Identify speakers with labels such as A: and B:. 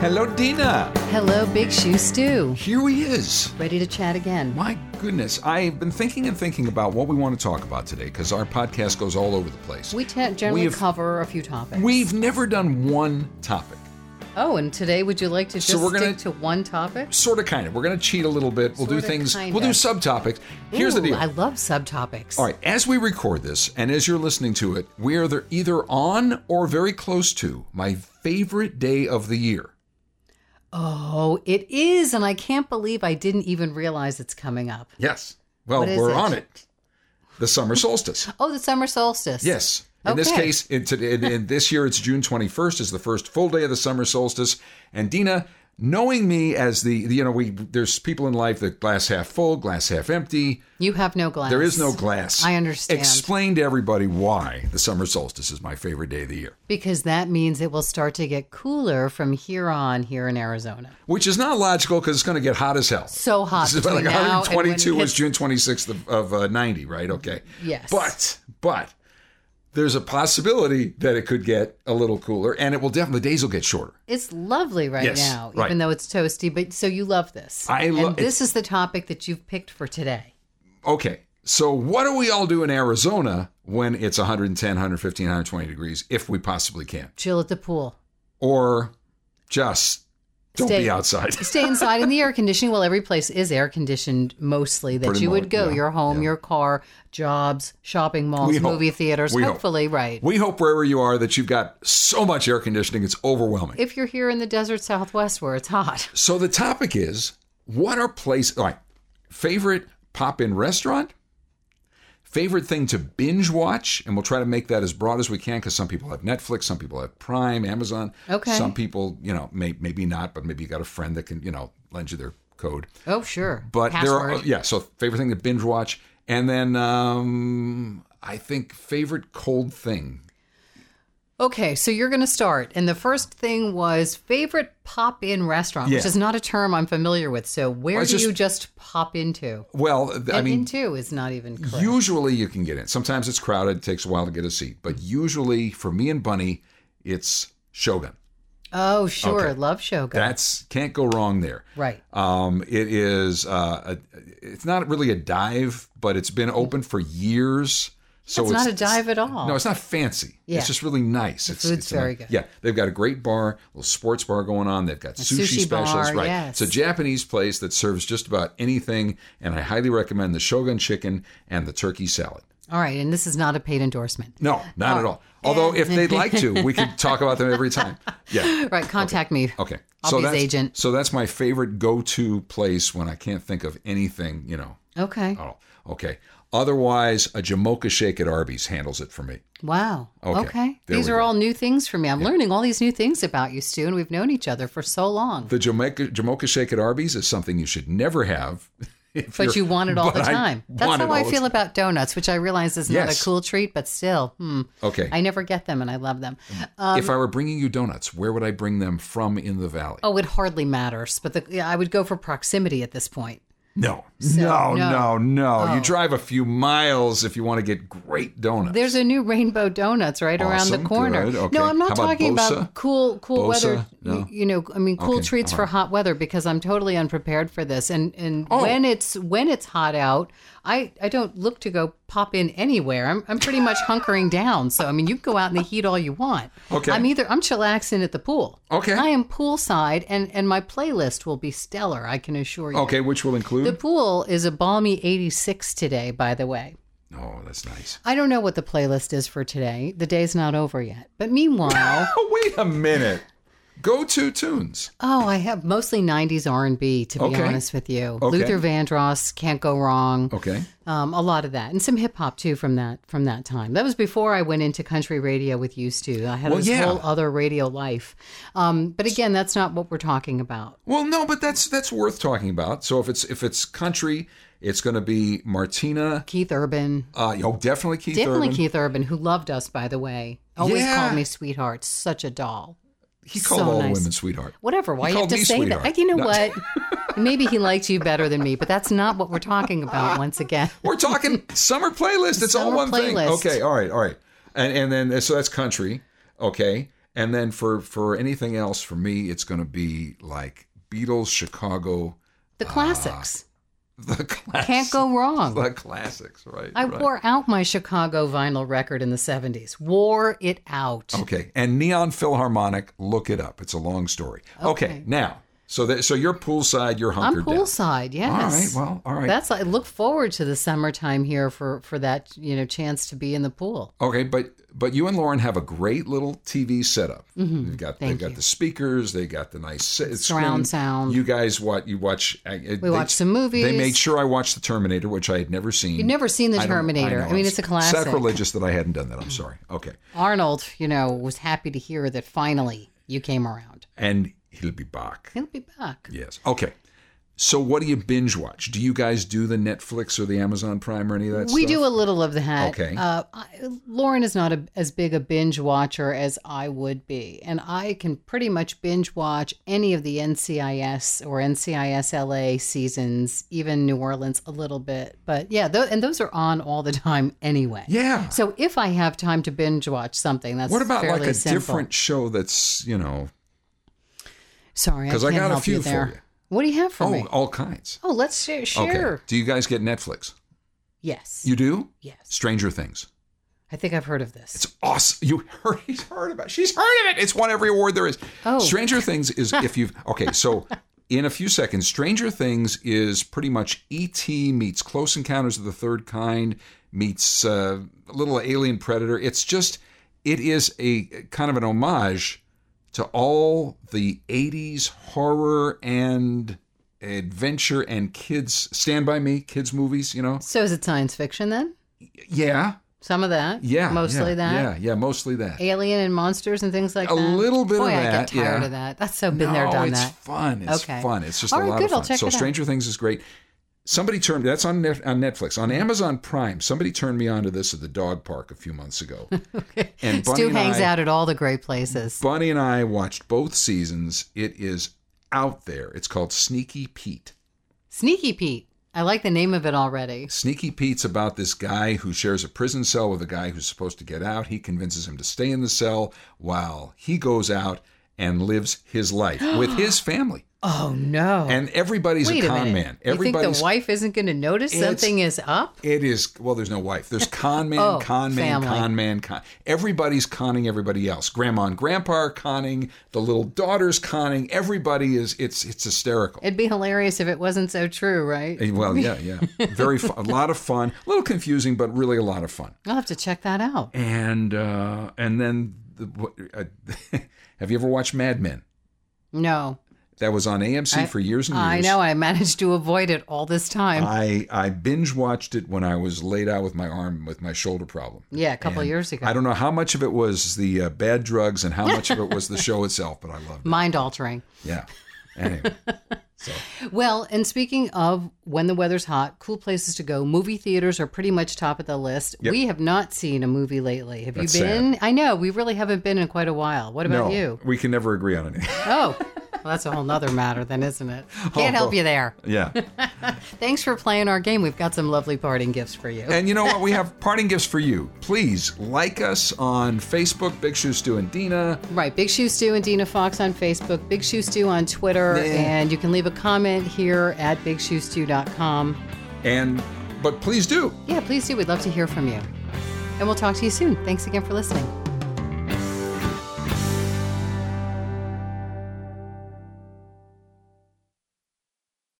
A: Hello, Dina.
B: Hello, Big Shoe Stew.
A: Here he is.
B: Ready to chat again.
A: My goodness, I've been thinking and thinking about what we want to talk about today because our podcast goes all over the place.
B: We te- generally
A: We've-
B: cover a few topics.
A: We've never done one topic.
B: oh, and today would you like to just
A: So we're gonna-
B: stick to one topic?
A: Sort of, kind of. We're going to cheat a little bit. We'll do
B: Sorta,
A: things.
B: kinda.
A: We'll do subtopics. Here's
B: Ooh,
A: the deal.
B: I love subtopics.
A: All right, as we record this and as you're listening to it, we are either- either on or very close to my favorite day of the year.
B: Oh, it is, and I can't believe I didn't even realize it's coming up.
A: Yes. Well,
B: What is
A: we're
B: it?
A: on it. The summer solstice.
B: Oh, the summer solstice.
A: Yes. In this
B: Okay.
A: case, in, to- in, in this year, it's June 21st is the first full day of the summer solstice. And Dina, knowing me as the, the- you know, we there's people in life that glass half full, glass half empty.
B: You have no glass.
A: There is no glass.
B: I understand.
A: Explain to everybody why the summer solstice is my favorite day of the year,
B: Because that means it will start to get cooler from here on here in Arizona.
A: which is not logical because it's going to get hot as hell.
B: So hot.
A: This is about like
B: between now and when it
A: 122 was
B: hits-
A: June 26th of, of uh, 90, right? Okay.
B: Yes.
A: But, but there's a possibility that it could get a little cooler and it will definitely, the days will get shorter.
B: It's lovely right
A: Yes,
B: now,
A: right.
B: even though it's toasty. But so you love this.
A: I lo-
B: And this is the topic that you've picked for today.
A: Okay. So what do we all do in Arizona when it's 110, 115, 120 degrees, if we possibly can?
B: Chill at the pool.
A: Or just don't
B: Stay-
A: be outside.
B: Stay inside in the air conditioning. Well, every place is air conditioned mostly that
A: Pretty
B: you
A: much,
B: would go
A: yeah,
B: your home, your car, jobs, shopping malls,
A: We hope.
B: movie theaters.
A: We hope.
B: hopefully, right.
A: We hope wherever you are that you've got so much air conditioning, it's overwhelming.
B: if you're here in the desert southwest where it's hot,
A: So the topic is what are place all right, favorite pop in restaurant? Favorite thing to binge watch, and we'll try to make that as broad as we can because some people have Netflix, some people have Prime, Amazon.
B: Okay.
A: Some people, you know, may, maybe not, but maybe you got a friend that can, you know, lend you their code.
B: oh sure.
A: But there are
B: Password.
A: yeah. So favorite thing to binge watch, and then um, I think favorite cold thing.
B: Okay, so you're going to start. And the first thing was favorite pop in restaurant, which
A: Yeah.
B: is not a term I'm familiar with. So where
A: Well,
B: do
A: it's
B: you
A: just-
B: just pop into?
A: Well, th- I
B: and
A: mean,
B: into is not even correct.
A: Usually you can get in. Sometimes it's crowded, it takes a while to get a seat. But usually for me and Bunny, it's Shogun.
B: oh, sure.
A: Okay.
B: Love Shogun.
A: That's can't go wrong there.
B: right.
A: Um, it is. Uh, a, it's not really a dive, but it's been open for years. So
B: It's
A: it's,
B: not a dive at all.
A: No, it's not fancy.
B: Yeah.
A: It's just really nice. The it's,
B: food's
A: it's
B: very
A: nice.
B: good.
A: Yeah, they've got a great bar, little sports bar going on. They've got sushi,
B: sushi
A: specials.
B: bar,
A: right,
B: yes.
A: it's a Japanese place that serves just about anything, and I highly recommend the Shogun chicken and the turkey salad.
B: all right. And this is not a paid endorsement.
A: No, not
B: Oh,
A: at all. Although if they'd like to, we could talk about them every time. Yeah.
B: Right. Contact me.
A: Okay.
B: I'll be his
A: that's,
B: agent.
A: So that's my favorite go-to place when I can't think of anything, you know.
B: Okay.
A: Oh, okay. Otherwise, a Jamocha shake at Arby's handles it for me.
B: Wow.
A: Okay,
B: Okay.
A: there
B: These
A: we
B: are
A: go.
B: all new things for me. I'm learning all these new things about you, Stu, and we've known each other for so long.
A: The Jamaica Jamocha shake at Arby's is something you should never have. if
B: But
A: you're-
B: you want it all the
A: but I
B: time. That's
A: want
B: how
A: it
B: I
A: all the
B: feel
A: time.
B: about donuts, which I realize is not
A: Yes.
B: a cool treat, but still, hmm.
A: Okay.
B: I never get them and I love them. Uh,
A: if I were bringing you donuts, where would I bring them from in the valley?
B: oh, it hardly matters, but the, yeah, I would go for proximity at this point.
A: No.
B: So,
A: no, no,
B: no. Oh.
A: no. You drive a few miles if you want to get great donuts.
B: There's a new Rainbow Donuts right around
A: Awesome,
B: the corner.
A: good, okay.
B: No, I'm
A: How
B: not
A: about
B: talking
A: Bosa?
B: about cool cool
A: Bosa?
B: weather.
A: No.
B: You know, I mean cool
A: Okay,
B: treats for
A: alright.
B: hot weather because I'm totally unprepared for this. And and
A: Oh.
B: when it's when it's hot out, I I don't look to go pop in anywhere. I'm I'm pretty much hunkering down. So I mean, you can go out in the heat all you want.
A: Okay.
B: I'm either I'm chillaxing at the pool.
A: Okay.
B: I am poolside, and and my playlist will be stellar. I can assure you.
A: Okay, which will include.
B: The pool is a balmy 86 today, by the way.
A: Oh, that's nice.
B: I don't know what the playlist is for today. The day's not over yet. But meanwhile,
A: Oh, wait a minute. Go to tunes.
B: oh, I have mostly 90s R&B to be
A: Okay.
B: honest with you.
A: Okay.
B: Luther Vandross, Can't Go Wrong.
A: Okay.
B: Um, a lot of that and some hip hop too from that from that time. That was before I went into country radio with used to. I had
A: Well,
B: this
A: yeah.
B: whole other radio life. Um, but again, that's not what we're talking about.
A: Well, no, but that's that's worth talking about. So if it's if it's country, it's going to be Martina.
B: Keith Urban,
A: Uh, oh, definitely Keith
B: definitely
A: Urban.
B: Keith Urban, who loved us by the way, always
A: Yeah.
B: called me sweetheart. Such a doll.
A: He called
B: so
A: all
B: nice.
A: the women sweetheart.
B: Whatever. Why
A: He
B: you have
A: called
B: to
A: me
B: say
A: sweetheart.
B: that? I, you know
A: No.
B: what? Maybe he liked you better than me, but that's not what we're talking about. Once again,
A: We're talking summer playlist. It's all
B: Summer
A: one thing.
B: playlist.
A: Okay. All right. All right. And and then so that's country. Okay. And then for for anything else, for me, it's going to be like Beatles, Chicago,
B: The
A: Ah,
B: classics.
A: the classics.
B: Can't go wrong.
A: The classics, right?
B: I
A: right.
B: wore out my Chicago vinyl record in the 70s. Wore it out.
A: Okay, and Neon Philharmonic, look it up. It's a long story. Okay,
B: Okay.
A: now so that so you're poolside, you're
B: I'm
A: hunkered down.
B: poolside, yes.
A: All right, well, all right.
B: That's I look forward to the summertime here for for that, you know, chance to be in the pool.
A: Okay, but but you and Lauren have a great little TV setup. You've got they've
B: Mm-hmm. Thank
A: got
B: you.
A: the speakers, they got the nice si- screen.
B: Surround sound.
A: You guys what you watch? uh, We
B: watch some movies.
A: They made sure I watched the Terminator, which I had never seen.
B: You've never seen The
A: I don't- I
B: Terminator.
A: know,
B: I, mean, it's a classic.
A: Sacrilegious that I hadn't done that. I'm sorry. Okay,
B: Arnold, you know, was happy to hear that finally you came around.
A: and he'll be back.
B: He'll be back.
A: Yes. Okay. So what do you binge watch? Do you guys do the Netflix or the Amazon Prime or any of that
B: we
A: stuff?
B: do a little of that.
A: Okay.
B: Uh, I, Lauren is not a, as big a binge watcher as I would be, and I can pretty much binge watch any of the NCIS or NCIS LA seasons, even New Orleans a little bit. But yeah, tho- and those are on all the time anyway.
A: Yeah.
B: So if I have time to binge watch something, that's
A: What about like
B: fairly
A: a
B: simple.
A: different show that's you know?
B: Sorry,
A: 'Cause I
B: can't
A: got a
B: help
A: few
B: you
A: for
B: there.
A: you.
B: What do you have for
A: Oh,
B: me?
A: all kinds.
B: Oh, let's share. share.
A: Okay. Do you guys get Netflix?
B: Yes.
A: You do?
B: yes.
A: Stranger Things.
B: I think I've heard of this.
A: It's awesome. You heard he's heard about. it. She's heard of it. It's won every award there is.
B: Oh.
A: Stranger Things is if you've okay, so in a few seconds, Stranger Things is pretty much E.T. meets Close Encounters of the Third Kind meets uh, Little Alien Predator. It's just it is a kind of an homage to all the '80s horror and adventure and kids Stand by Me kids movies. You know,
B: so is it science fiction then?
A: yeah,
B: Some of that.
A: yeah,
B: Mostly
A: yeah,
B: that.
A: Yeah, yeah, mostly that.
B: Alien and monsters and things like
A: A
B: that.
A: little bit of
B: Boy, I
A: that,
B: get tired
A: yeah.
B: of that. That's so been there,
A: no,
B: done
A: it's
B: that.
A: fun. It's
B: Okay.
A: fun. It's just
B: All
A: a
B: right,
A: lot
B: good.
A: of fun.
B: I'll check
A: so
B: it out.
A: Stranger Things is great. Somebody turned that's on Net, on Netflix
B: Mm-hmm.
A: on Amazon Prime. Somebody turned me onto this at the dog park a few months ago. And Bunny
B: Stu
A: and
B: hangs
A: I-
B: out at all the great places.
A: Bunny and I watched both seasons. It is out there. It's called Sneaky Pete.
B: Sneaky Pete. I like the name of it already.
A: Sneaky Pete's about this guy who shares a prison cell with a guy who's supposed to get out. He convinces him to stay in the cell while he goes out and lives his life with his family.
B: Oh no!
A: And everybody's
B: Wait
A: a
B: a
A: con
B: minute.
A: man.
B: You think the
A: Everybody's
B: wife isn't going to notice
A: It's-
B: something is up?
A: It is well. There's no wife. There's con man,
B: Oh,
A: con man,
B: family.
A: con man, con. Everybody's conning everybody else. Grandma and grandpa are conning. The little daughter's conning. Everybody is. It's it's hysterical.
B: It'd be hilarious if it wasn't so true, right?
A: Eh, well, yeah, yeah. Very fun. A lot of fun. A little confusing, but really a lot of fun.
B: I'll have to check that out.
A: And uh, and then the, what- uh, have you ever watched Mad Men?
B: No,
A: That was on AMC for years and years.
B: I know I managed to avoid it all this time.
A: I, I binge watched it when I was laid out with my arm with my shoulder problem.
B: yeah, a couple
A: And
B: years ago.
A: I don't know how much of it was the uh, bad drugs and how much of it was the show itself, but I loved it.
B: Mind altering.
A: Yeah. Anyway,
B: Well, and speaking of when the weather's hot, cool places to go, movie theaters are pretty much top of the list.
A: Yep.
B: We have not seen a movie lately. Have
A: That's
B: you been? I know, we really haven't been in quite a while. What about
A: no,
B: you?
A: we can never agree on anything.
B: Oh, well, that's a whole nother matter, then, isn't it? Can't
A: Oh.
B: help you there.
A: Yeah.
B: Thanks for playing our game. We've got some lovely parting gifts for you.
A: And you know what? We have parting gifts for you. Please like us on Facebook, Big Shoes Stu and Dina.
B: Right, Big Shoe Stew and Dina Fox on Facebook, Big Shoe Stew on Twitter,
A: Yeah.
B: and you can leave a comment here at bigshoestew.com.
A: And, but please do.
B: Yeah, please do. We'd love to hear from you. And we'll talk to you soon. Thanks again for listening.